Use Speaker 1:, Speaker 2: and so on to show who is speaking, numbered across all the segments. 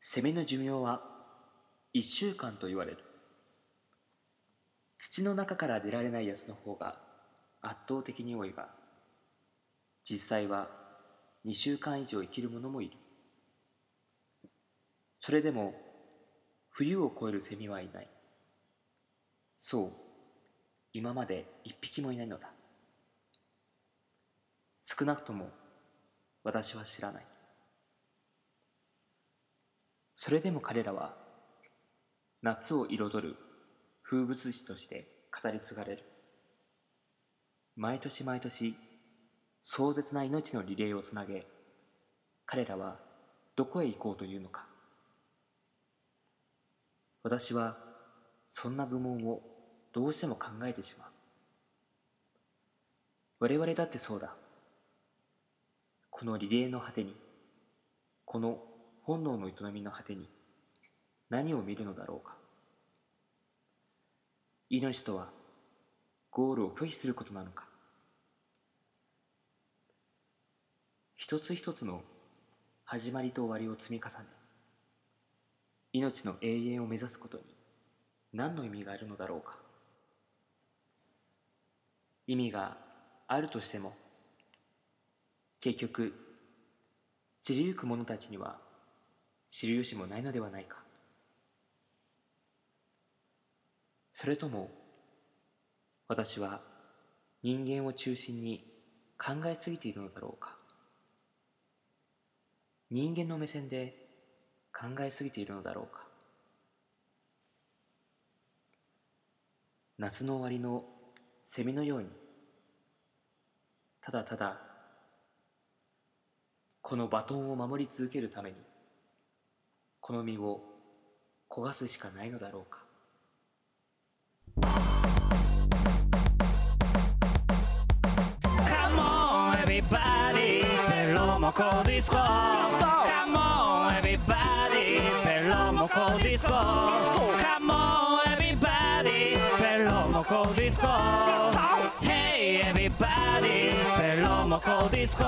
Speaker 1: セミの寿命は1週間と言われる土の中から出られないやつの方が圧倒的に多いが実際は2週間以上生きるものもいるそれでも冬を越えるセミはいないそう今まで一匹もいないのだ少なくとも私は知らないそれでも彼らは夏を彩る風物詩として語り継がれる毎年毎年壮絶な命のリレーをつなげ彼らはどこへ行こうというのか私はそんな愚問をどうしても考えてしまう我々だってそうだこのリレーの果てにこの本能の営みの果てに何を見るのだろうか命とはゴールを拒否することなのか一つ一つの始まりと終わりを積み重ね命の永遠を目指すことに何の意味があるのだろうか意味があるとしても結局散りゆく者たちには知る由もないのではないかそれとも私は人間を中心に考えすぎているのだろうか人間の目線で考えすぎているのだろうか夏の終わりのセミのようにただただこのバトンを守り続けるためにこの身を焦がすしかないのだろうか
Speaker 2: 「カモンエビバディペロモコディスコ」「カモンエビバディペロモコディスコ」「カモンエビバディペロモコディスコ」「Hey everybody ペロモコディスコ」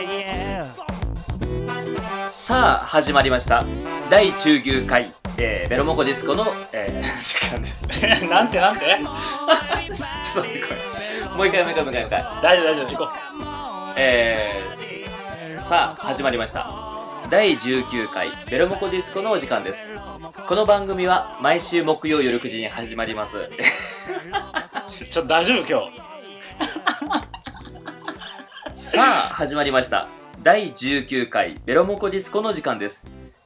Speaker 2: Yeah, yeah.
Speaker 1: さあ始まりました第19回、えーベロモコディスコの、えー 時間ですちょっ
Speaker 3: なんてなんて
Speaker 1: と待ってこれもう一回もう一回もう一回もう一回
Speaker 3: 大丈夫大丈夫行こ
Speaker 1: えーさあ始まりました第19回ベロモコディスコのお時間ですこの番組は毎週木曜夜9時に始まります
Speaker 3: う ちょっと大丈夫今日
Speaker 1: さあ始まりました第19回ベロモコディスコの時間です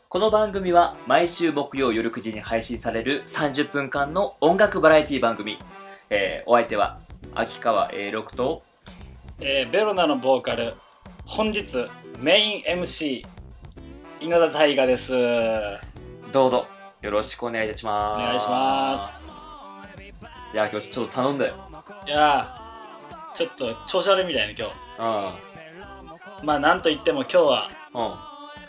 Speaker 1: この番組は毎週木曜夜9時に配信される30分間の音楽バラエティ番組、えーお相手は秋川 A6 と
Speaker 3: えーベロナのボーカル本日メイン MC 稲田大我ですお
Speaker 1: どうぞよろしくお願いいたします
Speaker 3: 願いします
Speaker 1: いや今日ちょっと頼んだよ
Speaker 3: いやーちょっと調子悪いみたいな今
Speaker 1: う
Speaker 3: 日まあなんといっても今日は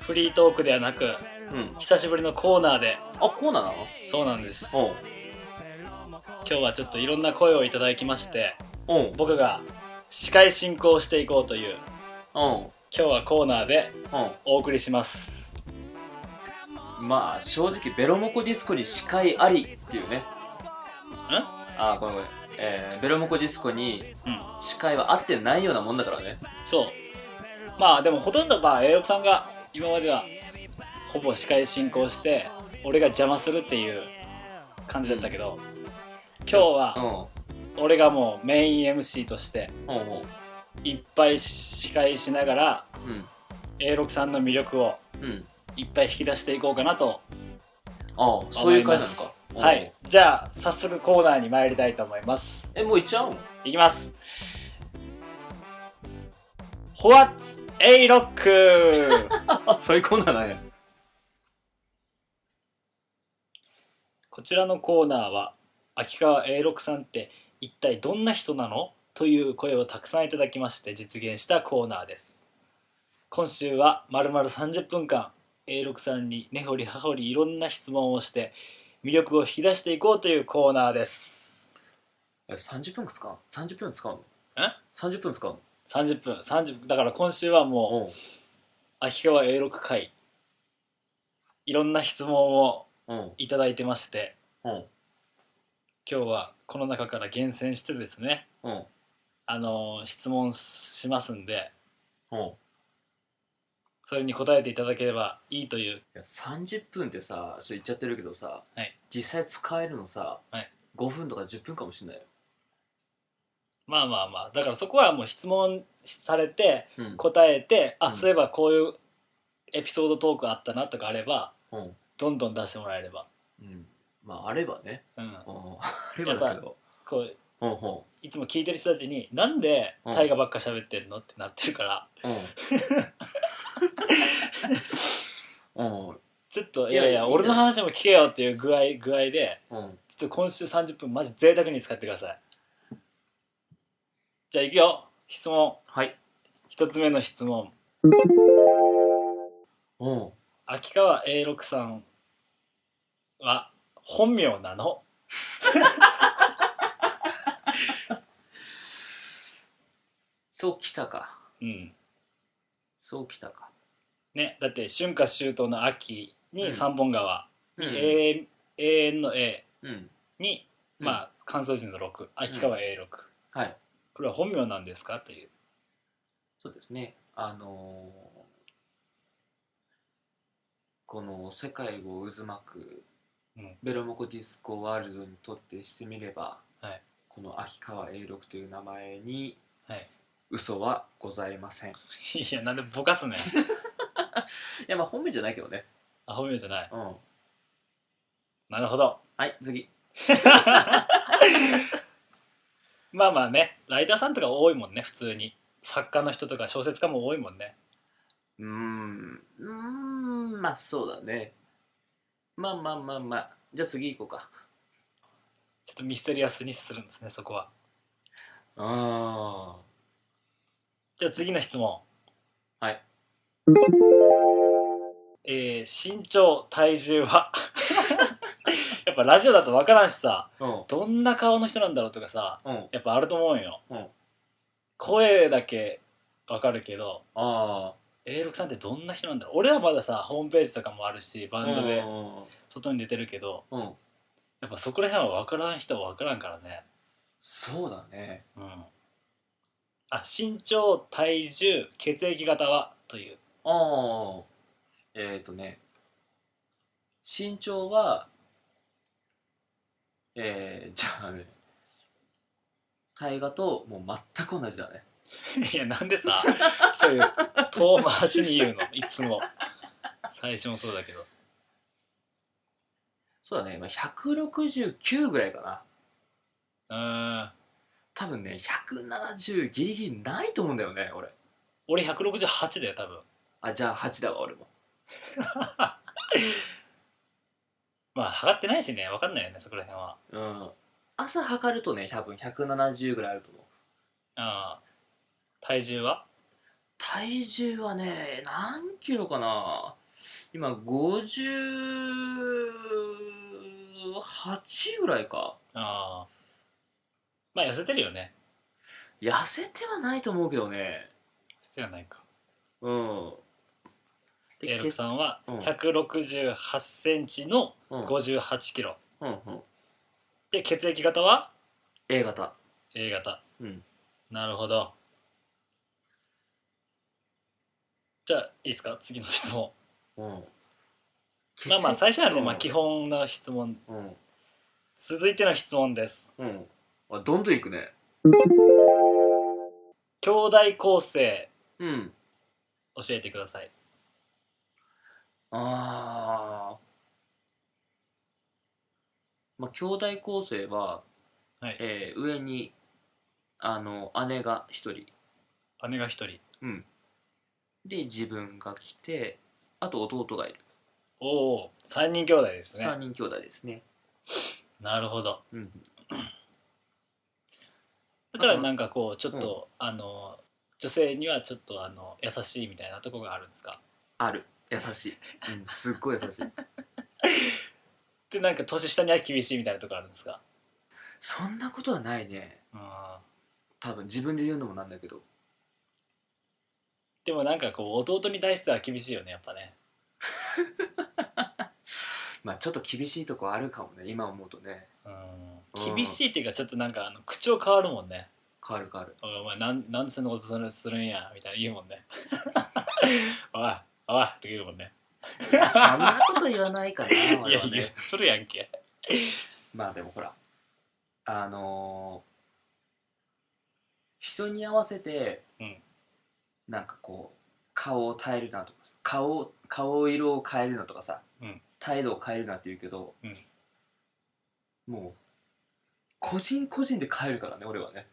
Speaker 1: ん
Speaker 3: フリートークではなく
Speaker 1: うんうん
Speaker 3: 久しぶりのコーナーで
Speaker 1: あこうなの
Speaker 3: そうなんです
Speaker 1: おう
Speaker 3: 今日はちょっといろんな声をいただきまして
Speaker 1: おう
Speaker 3: 僕が司会進行をしていこうという
Speaker 1: おう
Speaker 3: 今日はコーナーで
Speaker 1: お
Speaker 3: お送りします
Speaker 1: うまあ正直ベロモコディスコに司会ありっていうねんあごめんごめんえー、ベロモコディスコに
Speaker 3: うん
Speaker 1: 司会は合ってないようなもんだからね
Speaker 3: そうまあでもほとんどまあ栄翼さんが今まではほぼ司会進行して俺が邪魔するっていう感じだったけど、今日
Speaker 1: うん
Speaker 3: は俺がもうメイン MC として
Speaker 1: おうおう
Speaker 3: いっぱい司会しながら栄翼さんの魅力を
Speaker 1: うんうん
Speaker 3: いっぱい引き出していこうかなと
Speaker 1: ああそう
Speaker 3: 思
Speaker 1: いう
Speaker 3: い
Speaker 1: 会
Speaker 3: ま
Speaker 1: なの
Speaker 3: す
Speaker 1: かおう
Speaker 3: はいじゃあ早速コーナーに参りたいと思います
Speaker 1: えもう行っちゃうの
Speaker 3: いきます。ホワッツエイロック
Speaker 1: あ そういうコーナーなんや
Speaker 3: こちらのコーナーは秋川 A6 さんって一体どんな人なのという声をたくさんいただきまして実現したコーナーです今週はまるまる30分間 A6 さんに根掘り葉掘りいろんな質問をして魅力を引き出していこうというコーナーです
Speaker 1: え30分使う30分使うの
Speaker 3: え
Speaker 1: 30分使うの
Speaker 3: 30分30分だから今週はもう
Speaker 1: おう
Speaker 3: 秋川 A6 回いろんな質問を
Speaker 1: うん
Speaker 3: いただいてまして
Speaker 1: うん
Speaker 3: 今日はこの中から厳選してですね
Speaker 1: うん
Speaker 3: あの質問しますんで
Speaker 1: うん
Speaker 3: それに答えていただければいいという
Speaker 1: いや30分ってさちょっと言っちゃってるけどさ、
Speaker 3: はい
Speaker 1: 実際使えるのさ、
Speaker 3: はい
Speaker 1: 5分とか10分かもしれないよ、
Speaker 3: まあまあまあだからそこはもう質問されて
Speaker 1: うん
Speaker 3: 答えて、
Speaker 1: う
Speaker 3: あ
Speaker 1: ん
Speaker 3: そういえばこういうエピソードトークあったなとかあれば
Speaker 1: うん
Speaker 3: どんどん出してもらえれば、
Speaker 1: うん、まああればね、
Speaker 3: うん、
Speaker 1: うん、あればだけど
Speaker 3: こう
Speaker 1: うんうん
Speaker 3: いつも聞いてる人たちになんで大河ばっか喋ってんのってなってるから
Speaker 1: うん、うん
Speaker 3: ちょっと
Speaker 1: い
Speaker 3: い
Speaker 1: や
Speaker 3: やいや
Speaker 1: いいん
Speaker 3: 俺
Speaker 1: じゃ
Speaker 3: の
Speaker 1: ない
Speaker 3: 話も聞けよっていう具合具合で
Speaker 1: うん、
Speaker 3: ちょっと今週30分マジ贅沢に使ってくださいじゃあいくよ質問
Speaker 1: はい
Speaker 3: 一つ目の質問
Speaker 1: うん
Speaker 3: 秋川 A6 さんは本名なの
Speaker 1: そうきたか
Speaker 3: うん
Speaker 1: そうきたか、
Speaker 3: ねだって春夏秋冬の秋
Speaker 1: うん
Speaker 3: に三本川、
Speaker 1: うん
Speaker 3: 永遠永遠の A
Speaker 1: うん
Speaker 3: に、
Speaker 1: うん
Speaker 3: まあ関数字の6秋川 A6、
Speaker 1: はい
Speaker 3: これは本名なんですかという
Speaker 1: そうですねあのーこの世界を渦巻く
Speaker 3: うん
Speaker 1: ベロモコディスコワールドにとってしてみれば、
Speaker 3: はい
Speaker 1: この秋川永六という名前に
Speaker 3: はい
Speaker 1: 嘘はございませんい
Speaker 3: いやなんでぼかすねん
Speaker 1: やまあ本名じゃないけどね
Speaker 3: あ本名じゃない
Speaker 1: うん
Speaker 3: なるほど
Speaker 1: はい次
Speaker 3: まあまあねライターさんとか多いもんね普通に作家の人とか小説家も多いもんね
Speaker 1: うーんうーんまあそうだねまあまあまあまあじゃあ次行こうか
Speaker 3: ちょっとミステリアスにするんですねそこは
Speaker 1: あ
Speaker 3: じゃあ次の質問
Speaker 1: はい
Speaker 3: えー身長体重は やっぱラジオだと分からんしさ
Speaker 1: あうん
Speaker 3: どんな顔の人なんだろうとかさ
Speaker 1: うん
Speaker 3: やっぱあると思うんよ、
Speaker 1: うん
Speaker 3: 声だけ分かるけど
Speaker 1: あ
Speaker 3: A6 さんってどんな人なんだろう俺はまださホームページとかもあるし
Speaker 1: あ
Speaker 3: バンドで外に出てるけど
Speaker 1: うん
Speaker 3: やっぱそこら辺は分からん人は分からんからね
Speaker 1: そうだね
Speaker 3: うんあ身長体重血液型はという
Speaker 1: ああえっ、ー、とね身長はえー、じゃあね大河ともう全く同じだね
Speaker 3: いやなんで さそういう遠回しに言うのいつも最初もそうだけど
Speaker 1: そうだね、まあ、169ぐらいかな
Speaker 3: うーん
Speaker 1: 多分ね170ギリギリないと思うんだよね俺
Speaker 3: 俺168だよ多分
Speaker 1: あじゃあ8だわ俺も
Speaker 3: まあ測ってないしね分かんないよねそこら辺は
Speaker 1: うん朝測るとね多分170ぐらいあると思う
Speaker 3: あー体重は
Speaker 1: 体重はね何キロかな今58ぐらいか
Speaker 3: ああまあ痩せてるよね
Speaker 1: 痩せてはないと思うけどね
Speaker 3: 痩せてはないか
Speaker 1: うん
Speaker 3: エルクさんは
Speaker 1: うん
Speaker 3: 168センチの
Speaker 1: うんうん
Speaker 3: 58キロ
Speaker 1: うん、
Speaker 3: で血液型は
Speaker 1: A 型
Speaker 3: A 型
Speaker 1: うん
Speaker 3: なるほどじゃあいいですか次の質問
Speaker 1: うん
Speaker 3: まあまあ最初はね、
Speaker 1: うん
Speaker 3: まあ、基本の質問
Speaker 1: うん
Speaker 3: 続いての質問です
Speaker 1: うんあどんどんいくね
Speaker 3: 兄弟構成
Speaker 1: うん
Speaker 3: 教えてください
Speaker 1: ああまあ兄弟構成は、
Speaker 3: はい
Speaker 1: えー上にあの姉が一人
Speaker 3: 姉が一人
Speaker 1: で自分が来てあと弟がいる、
Speaker 3: おお3人兄弟ですね
Speaker 1: 3人兄弟ですね、
Speaker 3: なるほど
Speaker 1: うん、
Speaker 3: だからなんかこうちょっと、あの女性にはちょっとあの優しいみたいなとこがあるんですか
Speaker 1: ある優しい、うん、すっごい優しい
Speaker 3: でなんか年下には厳しいみたいなとこあるんですか
Speaker 1: そんなことはないね
Speaker 3: うん
Speaker 1: 多分自分で言うのもなんだけど
Speaker 3: でもなんかこう弟に対しては厳しいよねやっぱね
Speaker 1: まあちょっと厳しいとこあるかもね今思うとね
Speaker 3: うん厳しいっていうかちょっとなんかあの口調変わるもんね
Speaker 1: 変わる変 わる
Speaker 3: 「おいお前なんなんでそんなことするするんや」みたいな言うもんね 「おいおい」って言うもんね
Speaker 1: そんなこと言わないからな
Speaker 3: い
Speaker 1: 俺
Speaker 3: や
Speaker 1: はね
Speaker 3: 言うするやんけ
Speaker 1: まあでもほらあのー人に合わせて、
Speaker 3: うん
Speaker 1: なんかこう顔を変えるなとか顔顔色を変えるなとかさ、
Speaker 3: うん
Speaker 1: 態度を変えるなって言うけど、
Speaker 3: うん
Speaker 1: もう個人個人で変えるからね俺はね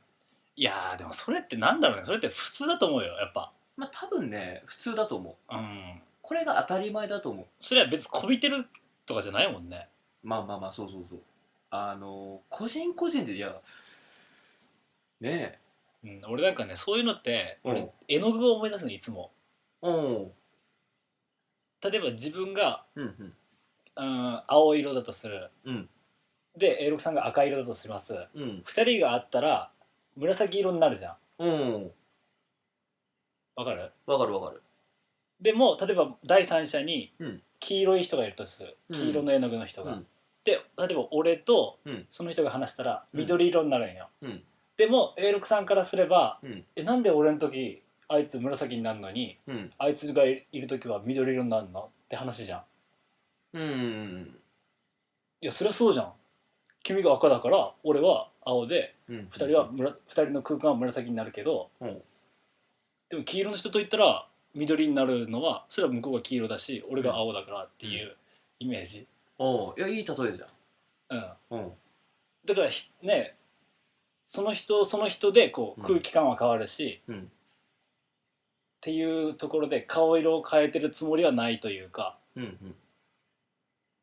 Speaker 3: いやーでもそれってなんだろうねそれって普通だと思うよやっぱ
Speaker 1: まあ多分ね普通だと思う
Speaker 3: うん
Speaker 1: これが当たり前だと思う
Speaker 3: それは別にこびてるとかじゃないもんね
Speaker 1: まあまあまあそうそうそうあのー個人個人でいやねえ
Speaker 3: うん、俺なんかねそういうのって
Speaker 1: うん
Speaker 3: 俺絵の具を思い出すのいつも
Speaker 1: うん
Speaker 3: 例えば自分が、
Speaker 1: うん
Speaker 3: うん、青色だとする、
Speaker 1: うん
Speaker 3: で A6 さんが赤色だとします
Speaker 1: うん
Speaker 3: 2人があったら紫色になるじゃん
Speaker 1: うん
Speaker 3: わかる
Speaker 1: わかるわかる
Speaker 3: でも例えば第三者に
Speaker 1: うん
Speaker 3: 黄色い人がいるとする
Speaker 1: うん
Speaker 3: 黄色の絵の具の人が、
Speaker 1: うん
Speaker 3: で例えば俺と
Speaker 1: うん
Speaker 3: その人が話したら
Speaker 1: うん
Speaker 3: 緑色になるんよ、
Speaker 1: うん
Speaker 3: でも A6 さんからすれば
Speaker 1: うん
Speaker 3: えなんで俺の時あいつ紫になるのに
Speaker 1: うん
Speaker 3: あいつがいいる時は緑色になるのって話じゃん
Speaker 1: うん
Speaker 3: いやそりゃそうじゃん君が赤だから俺は青で
Speaker 1: うん
Speaker 3: 2人はむら、2人の空間は紫になるけど、
Speaker 1: うん
Speaker 3: でも黄色の人と言ったら緑になるのはそれは向こうが黄色だし俺が青だからっていうイメージ、
Speaker 1: おういやいい例えじゃん
Speaker 3: うん、
Speaker 1: うん
Speaker 3: だからひねその人その人でこう
Speaker 1: うん
Speaker 3: 空気感は変わるし、っ
Speaker 1: うん
Speaker 3: ていうところで顔色を変えてるつもりはないというか、
Speaker 1: うんうん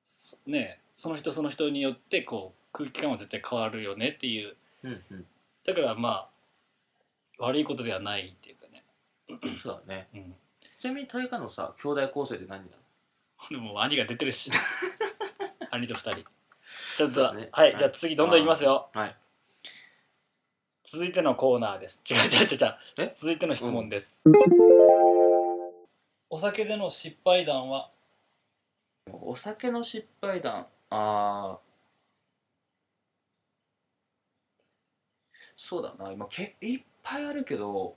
Speaker 3: そね、その人その人によってこう空気感は絶対変わるよねっていう
Speaker 1: うんうん
Speaker 3: だからまあ悪いことではないっていうかね、
Speaker 1: そうだね
Speaker 3: うん、
Speaker 1: ちなみに大河のさ兄弟構成って何なの
Speaker 3: でも兄が出て るし兄と二人ちょっ
Speaker 1: そう
Speaker 3: と、
Speaker 1: だね
Speaker 3: はい、
Speaker 1: はい
Speaker 3: じゃあ次どんどんいきますよ
Speaker 1: はい
Speaker 3: 続いてのコーナーです 違う違う違う違う
Speaker 1: え
Speaker 3: 続いての質問です、お酒での失敗談は
Speaker 1: お酒の失敗談ああそうだな今けいっぱいあるけど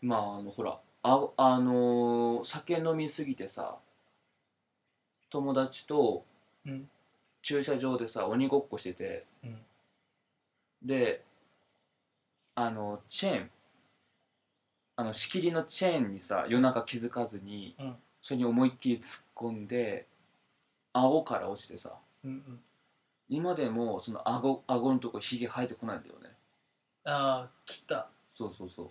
Speaker 1: まああのほらああのー酒飲みすぎてさ友達と
Speaker 3: うん
Speaker 1: 駐車場でさ鬼ごっこしてて、
Speaker 3: うん
Speaker 1: であのチェーンあの仕切りのチェーンにさ夜中気づかずに、
Speaker 3: うん
Speaker 1: それに思いっきり突っ込んで顎から落ちてさ
Speaker 3: うんうん
Speaker 1: 今でもその顎顎のとこひげ生えてこないんだよね
Speaker 3: ああ切った
Speaker 1: そうそうそう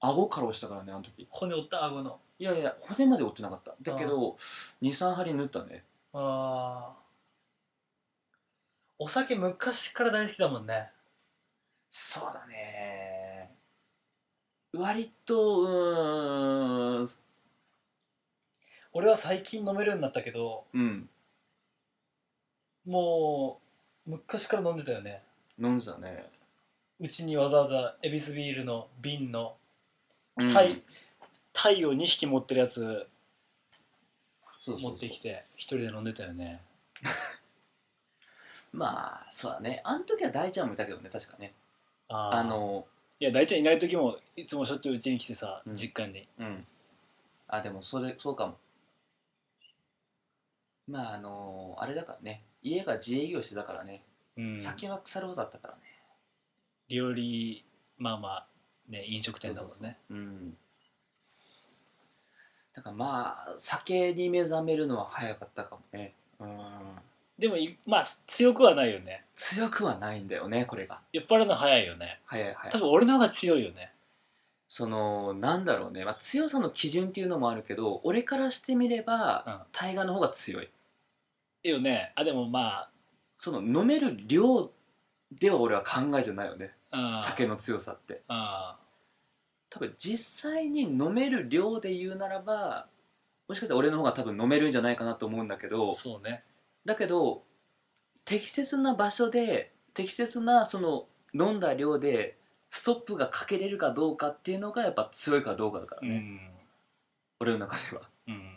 Speaker 1: 顎から落ちたからねあの時
Speaker 3: 骨折った顎の
Speaker 1: いやいや骨まで折ってなかっただけど23針縫ったね
Speaker 3: ああお酒昔から大好きだもんね
Speaker 1: そうだね割とうーん
Speaker 3: 俺は最近飲めるようになったけど
Speaker 1: うん
Speaker 3: もう昔から飲んでたよね
Speaker 1: 飲んでたね
Speaker 3: うちにわざわざエビスビールの瓶の
Speaker 1: うん
Speaker 3: タイ、タイを2匹持ってるやつ
Speaker 1: そうそうそう
Speaker 3: 持ってきて一人で飲んでたよね
Speaker 1: まあそうだねあの時は大ちゃんもいたけどね確かね
Speaker 3: あー
Speaker 1: あの
Speaker 3: いや大ちゃんいない時もいつもしょっちゅううちに来てさ、
Speaker 1: うん
Speaker 3: 実家に
Speaker 1: うんあでもそれそうかもまああのあれだからね家が自営業してたからね、
Speaker 3: うん
Speaker 1: 酒は腐るほどだったからね
Speaker 3: 料理まあまあね飲食店だもんね
Speaker 1: うんだからまあ酒に目覚めるのは早かったかもねうん
Speaker 3: でもいまあ強くはないよね
Speaker 1: 強くはないんだよねこれが
Speaker 3: 酔っ払うの早いよね
Speaker 1: 早い早
Speaker 3: 多
Speaker 1: い
Speaker 3: 分俺の方が強いよね
Speaker 1: そのなんだろうね、まあ、強さの基準っていうのもあるけど俺からしてみれば、
Speaker 3: うん
Speaker 1: 大河の方が強い
Speaker 3: いいよねあでもま
Speaker 1: その飲める量では俺は考えてないよね
Speaker 3: あ、うん、
Speaker 1: 酒の強さって
Speaker 3: あ
Speaker 1: 多分実際に飲める量で言うならばもしかしたら俺の方が多分飲めるんじゃないかなと思うんだけど
Speaker 3: そうね
Speaker 1: だけど適切な場所で適切なその飲んだ量でストップがかけれるかどうかっていうのがやっぱ強いかどうかだから
Speaker 3: う
Speaker 1: ね、
Speaker 3: ん
Speaker 1: 俺の中では
Speaker 3: うん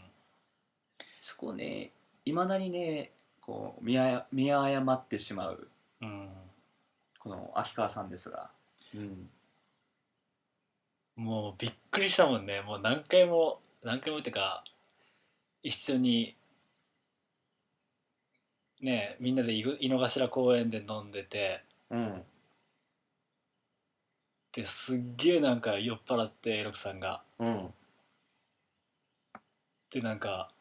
Speaker 1: そこをねいまだにねこう見あ見誤ってしまう
Speaker 3: うん
Speaker 1: この秋川さんですが、うん、
Speaker 3: もうびっくりしたもんねもう何回も何回もってか一緒にねみんなで井井の頭公園で飲んでて
Speaker 1: うん、
Speaker 3: ですっげえなんか酔っ払ってエロクさんが
Speaker 1: うん、
Speaker 3: でなんか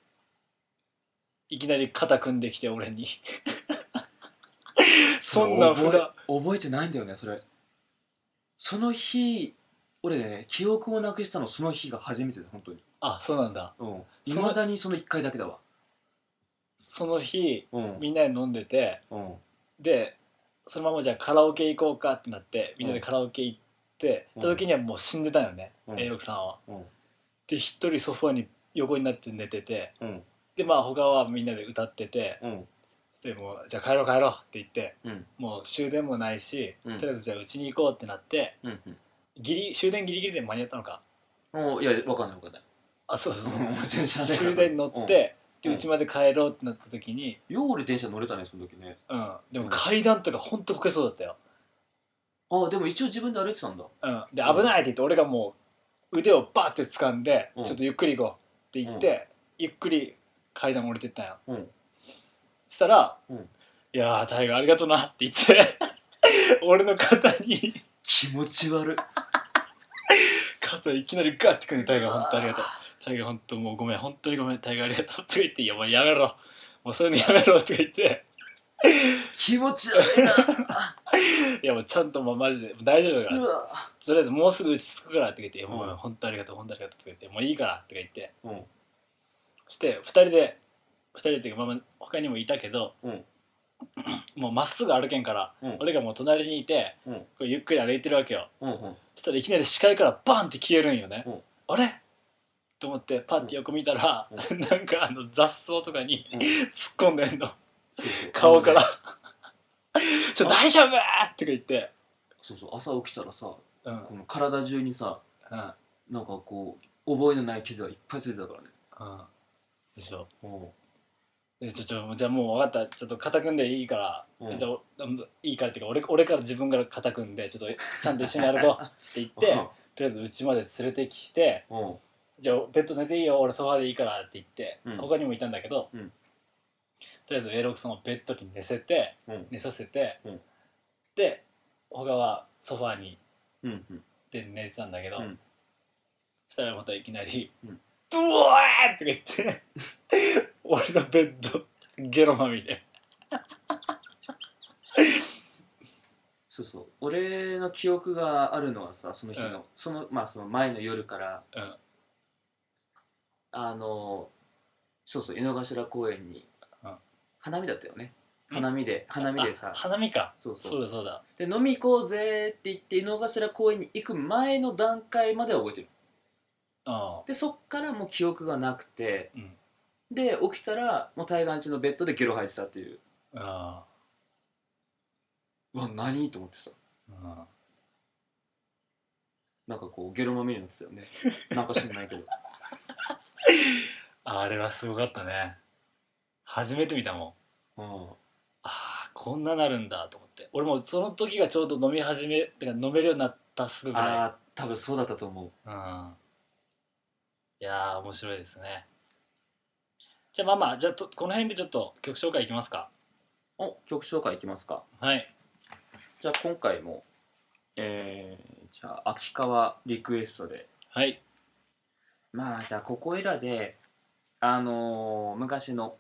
Speaker 3: いきなり肩組んできて俺に そんなん普段
Speaker 1: 覚え覚えてないんだよねそれその日俺ね記憶をなくしたのその日が初めてで本当に
Speaker 3: あそうなんだ
Speaker 1: うんい
Speaker 3: その
Speaker 1: まだにその1回だけだわ
Speaker 3: その日
Speaker 1: うん
Speaker 3: みんなで飲んでて
Speaker 1: うん
Speaker 3: でそのままじゃあカラオケ行こうかってなってみんなでカラオケ行って、
Speaker 1: うん
Speaker 3: 行った時にはもう死んでたよね、
Speaker 1: うん
Speaker 3: A6 さんは。
Speaker 1: うん
Speaker 3: で一人ソファに横になって寝てて
Speaker 1: うん
Speaker 3: でまあ他はみんなで歌ってて
Speaker 1: うん
Speaker 3: でもうじゃあ帰ろう帰ろうって言って
Speaker 1: うん
Speaker 3: もう終電もないし、
Speaker 1: うん
Speaker 3: とりあえずじゃあうちに行こうってなって
Speaker 1: うん
Speaker 3: ギリ終電ギリギリで間に合ったのか
Speaker 1: うんおいやわかんないわかんない
Speaker 3: あそうそうそう
Speaker 1: うん電車で
Speaker 3: 終電乗って、
Speaker 1: うん
Speaker 3: でうちまで帰ろうってなった時に
Speaker 1: よう俺電車乗れたねその時ね
Speaker 3: うんで
Speaker 1: う
Speaker 3: も
Speaker 1: ん
Speaker 3: 階段とかほんとこけそうだったよ
Speaker 1: あでも一応自分で歩いてたんだ
Speaker 3: うん、で危ないって言って俺がもう腕をバーって掴んで、
Speaker 1: うん
Speaker 3: ちょっとゆっくり行こうって言って、ゆっくり階段降りてったんよ、
Speaker 1: うん
Speaker 3: したら「
Speaker 1: うん
Speaker 3: いやー大河ありがとうな」って言って 俺の肩に
Speaker 1: 気持ち悪い
Speaker 3: 肩いきなりガッてくんで大河本当ありがとう大河本当もうごめん本当にごめん大河ありがとう」って言って「いやもうやめろもうそういうのやめろ」って言って
Speaker 1: 気持ち悪いな
Speaker 3: 「いやもうちゃんともうマジで大丈夫だから」
Speaker 1: うわ
Speaker 3: とりあえずもうすぐ落ち着くから」って言って「いやも
Speaker 1: うん
Speaker 3: う本当ありがとう本当ありがとう」って言って「もういいから」って言って
Speaker 1: うん
Speaker 3: そして2人で2人っていうかまあまあ他にもいたけど、
Speaker 1: うん
Speaker 3: もうまっすぐ歩けんから、
Speaker 1: うん
Speaker 3: 俺がもう隣にいて、
Speaker 1: うん
Speaker 3: こうゆっくり歩いてるわけよ
Speaker 1: うんうん
Speaker 3: そしたらいきなり視界からバンって消えるんよね、
Speaker 1: うん
Speaker 3: あれと思ってパッて横見たら、 なんかあの雑草とかに
Speaker 1: うん
Speaker 3: 突っ込んでんの
Speaker 1: そうそう
Speaker 3: 顔から
Speaker 1: あのね
Speaker 3: 「ちょ大丈夫!」とか言って、
Speaker 1: そうそう朝起きたらさ
Speaker 3: うん
Speaker 1: この体中にさ
Speaker 3: うん
Speaker 1: なんかこう覚えのない傷がいっぱいついてたからね
Speaker 3: うん、でしょ
Speaker 1: お
Speaker 3: でちょちょじゃあもう分かったちょっと肩組んでいいから、
Speaker 1: うん
Speaker 3: じゃあおいいからっていうか俺俺から自分から肩組んでちょっとちゃんと一緒に歩 こうって言ってとりあえずうちまで連れてきて
Speaker 1: うん
Speaker 3: じゃあベッド寝ていいよ俺ソファーでいいからって言って、
Speaker 1: うん
Speaker 3: 他にもいたんだけど、
Speaker 1: うん
Speaker 3: とりあえず A6 さんをベッドに寝せて
Speaker 1: うん
Speaker 3: 寝させて、
Speaker 1: うん
Speaker 3: で他はソファーに
Speaker 1: うんうん
Speaker 3: で寝てたんだけど、
Speaker 1: うん
Speaker 3: そしたらまたいきなり
Speaker 1: う
Speaker 3: 「
Speaker 1: ん
Speaker 3: ドゥワー!」とか言って俺のベッドゲロまみれ。
Speaker 1: そうそう俺の記憶があるのはさその日の、
Speaker 3: うん
Speaker 1: そのまあその前の夜から、
Speaker 3: うん
Speaker 1: あのそうそう井の頭公園に、
Speaker 3: うん
Speaker 1: 花見だったよね
Speaker 3: うん
Speaker 1: 花見で、花見でさ
Speaker 3: あ花見か
Speaker 1: そうそう
Speaker 3: そうだそうだ
Speaker 1: で飲み行こうぜって言って井の頭公園に行く前の段階までは覚えてる
Speaker 3: あ
Speaker 1: でそっからもう記憶がなくて、
Speaker 3: うん
Speaker 1: で起きたらもう対岸地のベッドでゲロ吐いてたっていう
Speaker 3: あ
Speaker 1: うわ何と思ってさ
Speaker 3: あ
Speaker 1: なんかこうゲロまみれになってたよね なんか知んないけど
Speaker 3: あれはすごかったね初めて見たもん
Speaker 1: うん
Speaker 3: ああこんななるんだと思って俺もその時がちょうど飲み始めてか飲めるようになったすぐぐらい
Speaker 1: ああ多分そうだったと思う
Speaker 3: うんいやー面白いですねじゃあまあまあじゃあとこの辺でちょっと曲紹介いきますか
Speaker 1: お曲紹介いきますか
Speaker 3: はい
Speaker 1: じゃあ今回もえー、じゃあ秋川リクエストで
Speaker 3: はい
Speaker 1: まあじゃあここいらであのー昔の、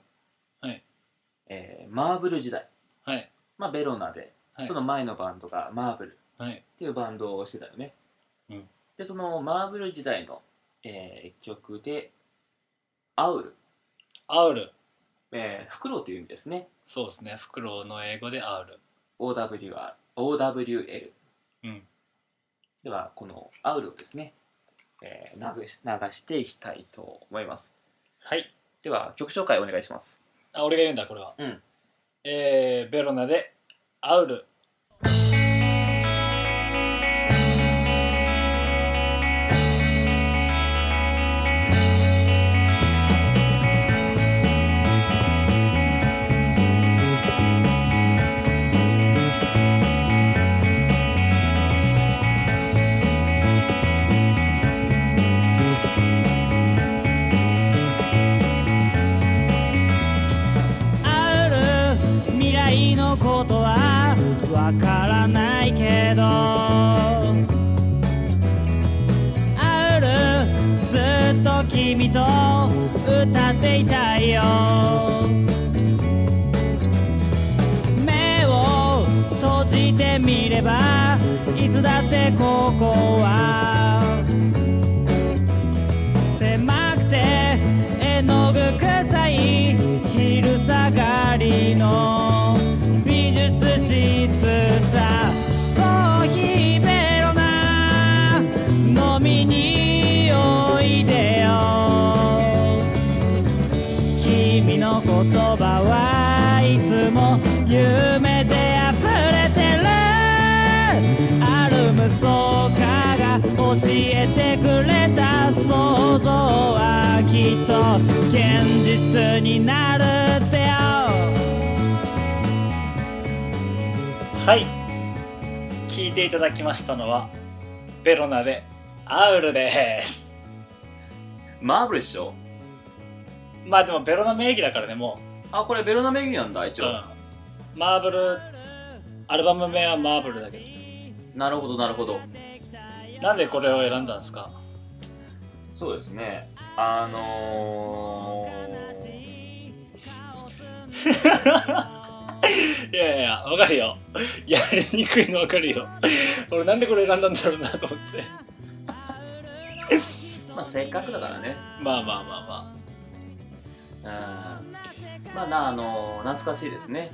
Speaker 3: はい
Speaker 1: えーマーブル時代
Speaker 3: はい
Speaker 1: まあベロナで、
Speaker 3: はい
Speaker 1: その前のバンドがマーブル
Speaker 3: はい
Speaker 1: っていうバンドをしてたよね、
Speaker 3: うん
Speaker 1: でそのマーブル時代の、えー曲で「アウル
Speaker 3: アウル」
Speaker 1: えーフクロウという意味ですね
Speaker 3: そうですねフクロウの英語でアウル
Speaker 1: OWR OWL
Speaker 3: うん
Speaker 1: ではこのアウルをですね、えー流し流していきたいと思います
Speaker 3: はい
Speaker 1: では曲紹介お願いします
Speaker 3: あ俺が言うんだこれは
Speaker 1: うん
Speaker 3: えー、ベロナでアウル
Speaker 4: 「
Speaker 2: ことはわからないけどあるずっと君と歌っていたいよ目を閉じてみればいつだってここは狭くて絵の具臭い昼下がりの美術室さコーヒーベロナ飲みにおいでよ君の言葉はいつも夢で溢れてるある無双家が教えてくれた想像はきっと現実になるってよ
Speaker 3: はい聞いていただきましたのはベロナでアウルです
Speaker 1: マーブルっしょ
Speaker 3: まあでもベロナ名義だからねも
Speaker 1: あこれベロナ名義なんだ一
Speaker 3: う、
Speaker 1: 応、
Speaker 3: うん、マーブルアルバム名はマーブルだけど
Speaker 1: なるほどなるほど
Speaker 3: なんでこれを選んだんですか
Speaker 1: そうですねあのー、
Speaker 3: いやいやいやわかるよやりにくいのわかるよ俺なんでこれ選んだんだろうなと思って
Speaker 1: まあせっかくだからね
Speaker 3: まあまあまあま
Speaker 1: うんまあなあのー懐かしいですね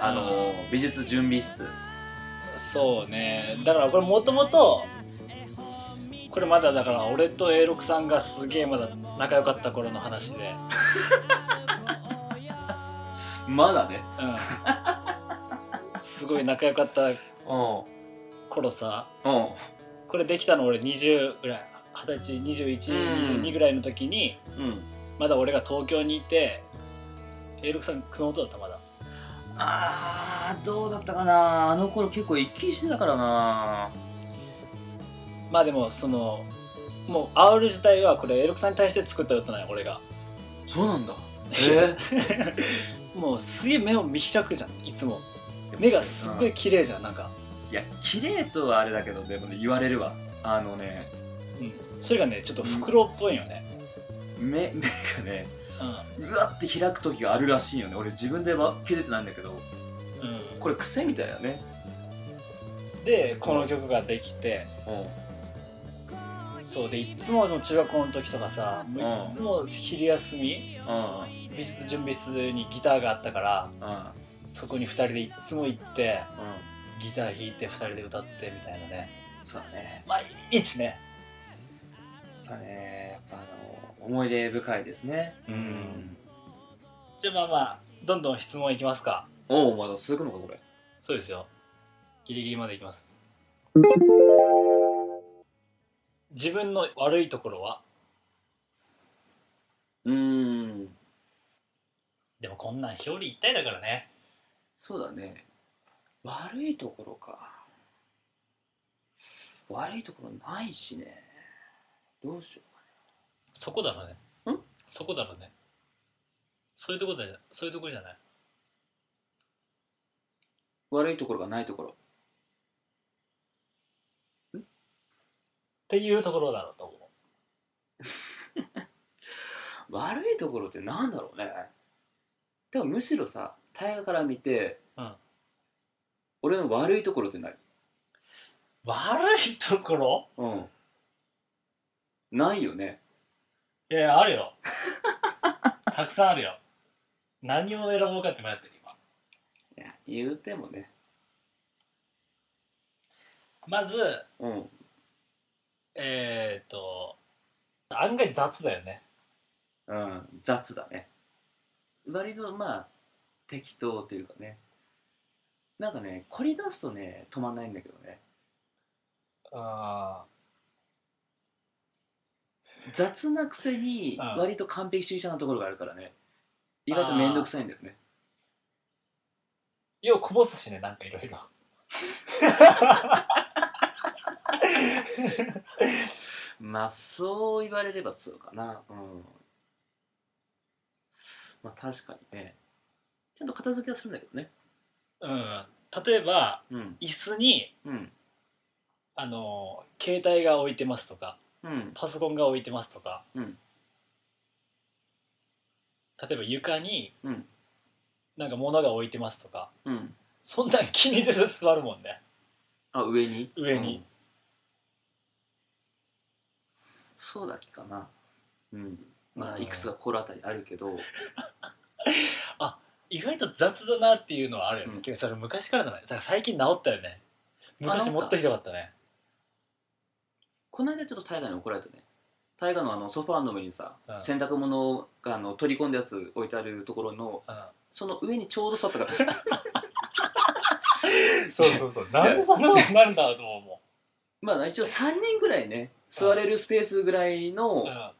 Speaker 1: あのー美術準備室
Speaker 3: あそうねだからこれもともとこれまだだから俺と A6 さんがすげえまだ仲良かった頃の話で
Speaker 1: まだね
Speaker 3: うんすごい仲良かった
Speaker 1: うん
Speaker 3: 頃さ
Speaker 1: うん
Speaker 3: これできたの俺20ぐらい二十歳
Speaker 1: うん
Speaker 3: 2122ぐらいの時に
Speaker 1: うん
Speaker 3: まだ俺が東京にいて A6 さん熊本だったまだ
Speaker 1: あーどうだったかなあの頃結構一気にしてたからな
Speaker 3: まあでもそのもう「アウル」自体はこれ A6 さんに対して作った歌なんよ俺が
Speaker 1: そうなんだ え
Speaker 3: もうすげえ目を見開くじゃんいつも目がすっごい綺麗じゃんなんか、
Speaker 1: いや綺麗とはあれだけどでもね言われるわあのね
Speaker 3: うん、それがねちょっと袋っぽいよね、
Speaker 1: 目目がね
Speaker 3: う
Speaker 1: うわって開く時があるらしいよね俺自分では気づいてないんだけど
Speaker 3: ん
Speaker 1: これ癖みたいだね
Speaker 3: うん、でこの曲ができて
Speaker 1: う
Speaker 3: そうでいつもの中学校の時とかさもういつも昼休み
Speaker 1: んうん
Speaker 3: 美術準備室にギターがあったから
Speaker 1: うん
Speaker 3: そこに2人でいつも行って
Speaker 1: うん
Speaker 3: ギター弾いて2人で歌ってみたいなね
Speaker 1: そうだね
Speaker 3: 毎日ね
Speaker 1: そうだねやっぱあの思い出深いですね
Speaker 3: うんじゃあまあまあどんどん質問いきますか
Speaker 1: おおまだ続くのかこれ
Speaker 3: そうですよギリギリまでいきます自分の悪いところは
Speaker 1: うん
Speaker 3: でもこんなん表裏一体だからね
Speaker 1: そうだね悪いところか悪いところないしねどうしよ
Speaker 3: そこだろね
Speaker 1: ん
Speaker 3: そこだろねそういうとこだよそういうとこじゃないう
Speaker 1: 悪いところがないところ
Speaker 3: っていうところだろうと思う
Speaker 1: 悪いところってなんだろうねでもむしろさ大河から見て、
Speaker 3: うん
Speaker 1: 俺の悪いところってない
Speaker 3: 悪いところ
Speaker 1: うんないよね
Speaker 3: いやいやある よたくさんあるよ何を選ぼうかって迷ってる今
Speaker 1: いや言うてもね
Speaker 3: まず
Speaker 1: うん
Speaker 3: えっ、ー、と案外雑だよね
Speaker 1: うん雑だね割とまあ適当というかねなんかね凝り出すとね止まんないんだけどね
Speaker 3: あ
Speaker 1: 雑なくせに
Speaker 3: うん
Speaker 1: 割と完璧主義者なところがあるからね意外と面倒くさいんだよね
Speaker 3: ようこぼすしねなんかいろいろ
Speaker 1: まあそう言われればそうかなうんまあ確かにねちゃんと片付けはするんだけどね
Speaker 3: うん、例えば
Speaker 1: うん
Speaker 3: 椅子に
Speaker 1: うん
Speaker 3: あの携帯が置いてますとか
Speaker 1: うん
Speaker 3: パソコンが置いてますとか
Speaker 1: うん
Speaker 3: 例えば床に
Speaker 1: うん
Speaker 3: なんか物が置いてますとか
Speaker 1: うん
Speaker 3: そんなん気にせず座るもんね
Speaker 1: あ上に
Speaker 3: 上に
Speaker 1: うんそうだっけかなうんまあいくつか心当たりあるけど
Speaker 3: 意外と雑だなっていうのはあるよね、
Speaker 1: うん
Speaker 3: てかそれ昔からだねだから最近治ったよね昔もっとひどかったね
Speaker 1: この間ちょっと大河に怒られたね大河のあのソファーの上にさ、
Speaker 3: うん
Speaker 1: 洗濯物があの取り込んだやつ置いてあるところのその上にちょうど座ったから
Speaker 3: うん、そうそう そうなんでそんなことになるんだろうと思うも
Speaker 1: まあ一応3人ぐらいね座れるスペースぐらいの
Speaker 3: ん、うん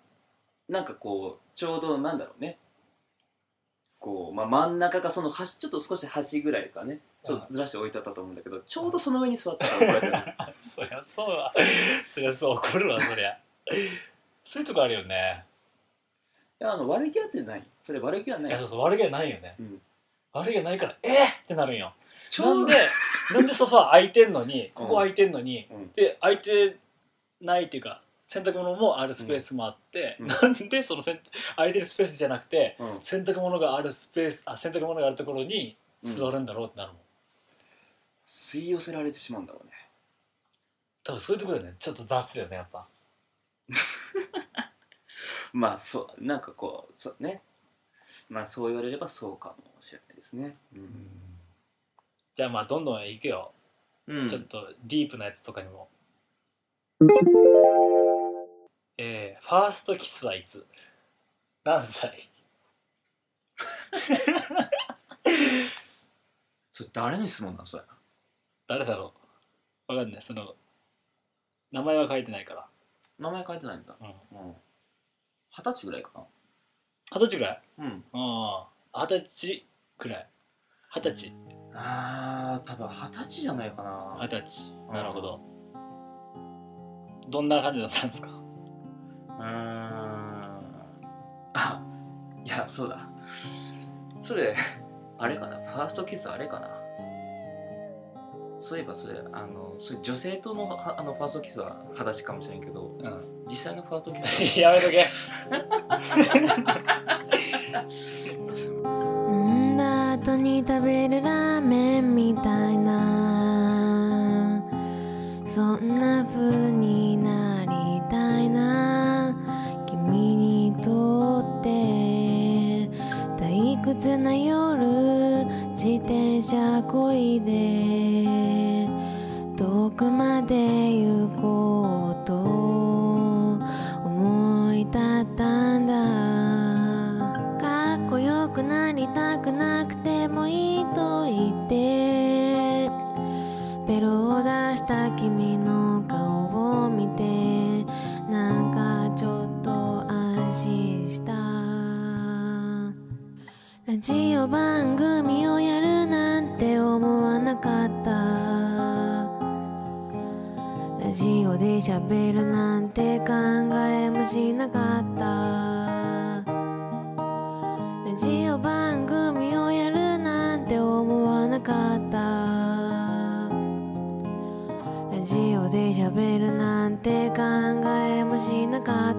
Speaker 1: なんかこうちょうどなんだろうねこう、まあ、真ん中かその端ちょっと少し端ぐらいかねちょっとずらして置いてあったと思うんだけどちょうどその上に座ったから怒られたよね
Speaker 3: そりゃそうだそりゃそう怒るわそりゃそういうとこあるよね
Speaker 1: いやあの悪い気はってないそれ悪い気はないい
Speaker 3: やそうそう悪気はないよね、
Speaker 1: うん
Speaker 3: 悪気はないからえっってなるんよ
Speaker 1: ち
Speaker 3: な
Speaker 1: ょ
Speaker 3: ん
Speaker 1: う
Speaker 3: で
Speaker 1: ど
Speaker 3: なんでソファー空いてんのにここ空いてんのに、
Speaker 1: うん
Speaker 3: で空いてないっていうか洗濯物もあるスペースもあって、
Speaker 1: うん
Speaker 3: なんでその洗空いてるスペースじゃなくて
Speaker 1: うん
Speaker 3: 洗濯物があるスペースあ洗濯物があるところに座るんだろうってなるもん、
Speaker 1: 吸い寄せられてしまうんだろうね
Speaker 3: 多分そういうところだよねちょっと雑だよねやっぱ
Speaker 1: まあそうなんかこうそうねまあそう言われればそうかもしれないですねうん、
Speaker 3: じゃあまあどんどん行くよ、
Speaker 1: うん
Speaker 3: ちょっとディープなやつとかにもえー、ファーストキスはいつ何歳
Speaker 1: それ誰の質問なんそれ
Speaker 3: 誰だろうわかんないその名前は書いてないから
Speaker 1: 名前書いてないんだ
Speaker 3: うん
Speaker 1: うん二十歳ぐらいか
Speaker 3: 二十歳ぐらい
Speaker 1: なうん
Speaker 3: うん二十歳ぐらい二十歳
Speaker 1: あー多分二十歳じゃないか
Speaker 3: 二
Speaker 1: な
Speaker 3: 十歳なるほどどんな感じだったんですか
Speaker 1: うーんあいやそうだそれあれかなファーストキスあれかなそういえばそれあのそれ女性とのはあのファーストキスは裸足かもしれんけど
Speaker 3: うん
Speaker 1: 実際のファーストキスは
Speaker 3: やめとけ
Speaker 2: 飲んだ後に食べるラーメンみたいなそんな風になりたいな君にとって退屈な夜自転車こいで遠くまで行こうと思い立ったんだかっこよくなりたくなくてもいいと言ってベロを出した君の顔を見てなんかちょっと安心したラジオ番組をやるなんて思わなかったラジオで喋るなんて考えもしなかったラジオ番組をやるなんて思わなかったラジオで喋るなんて考えもしなかっ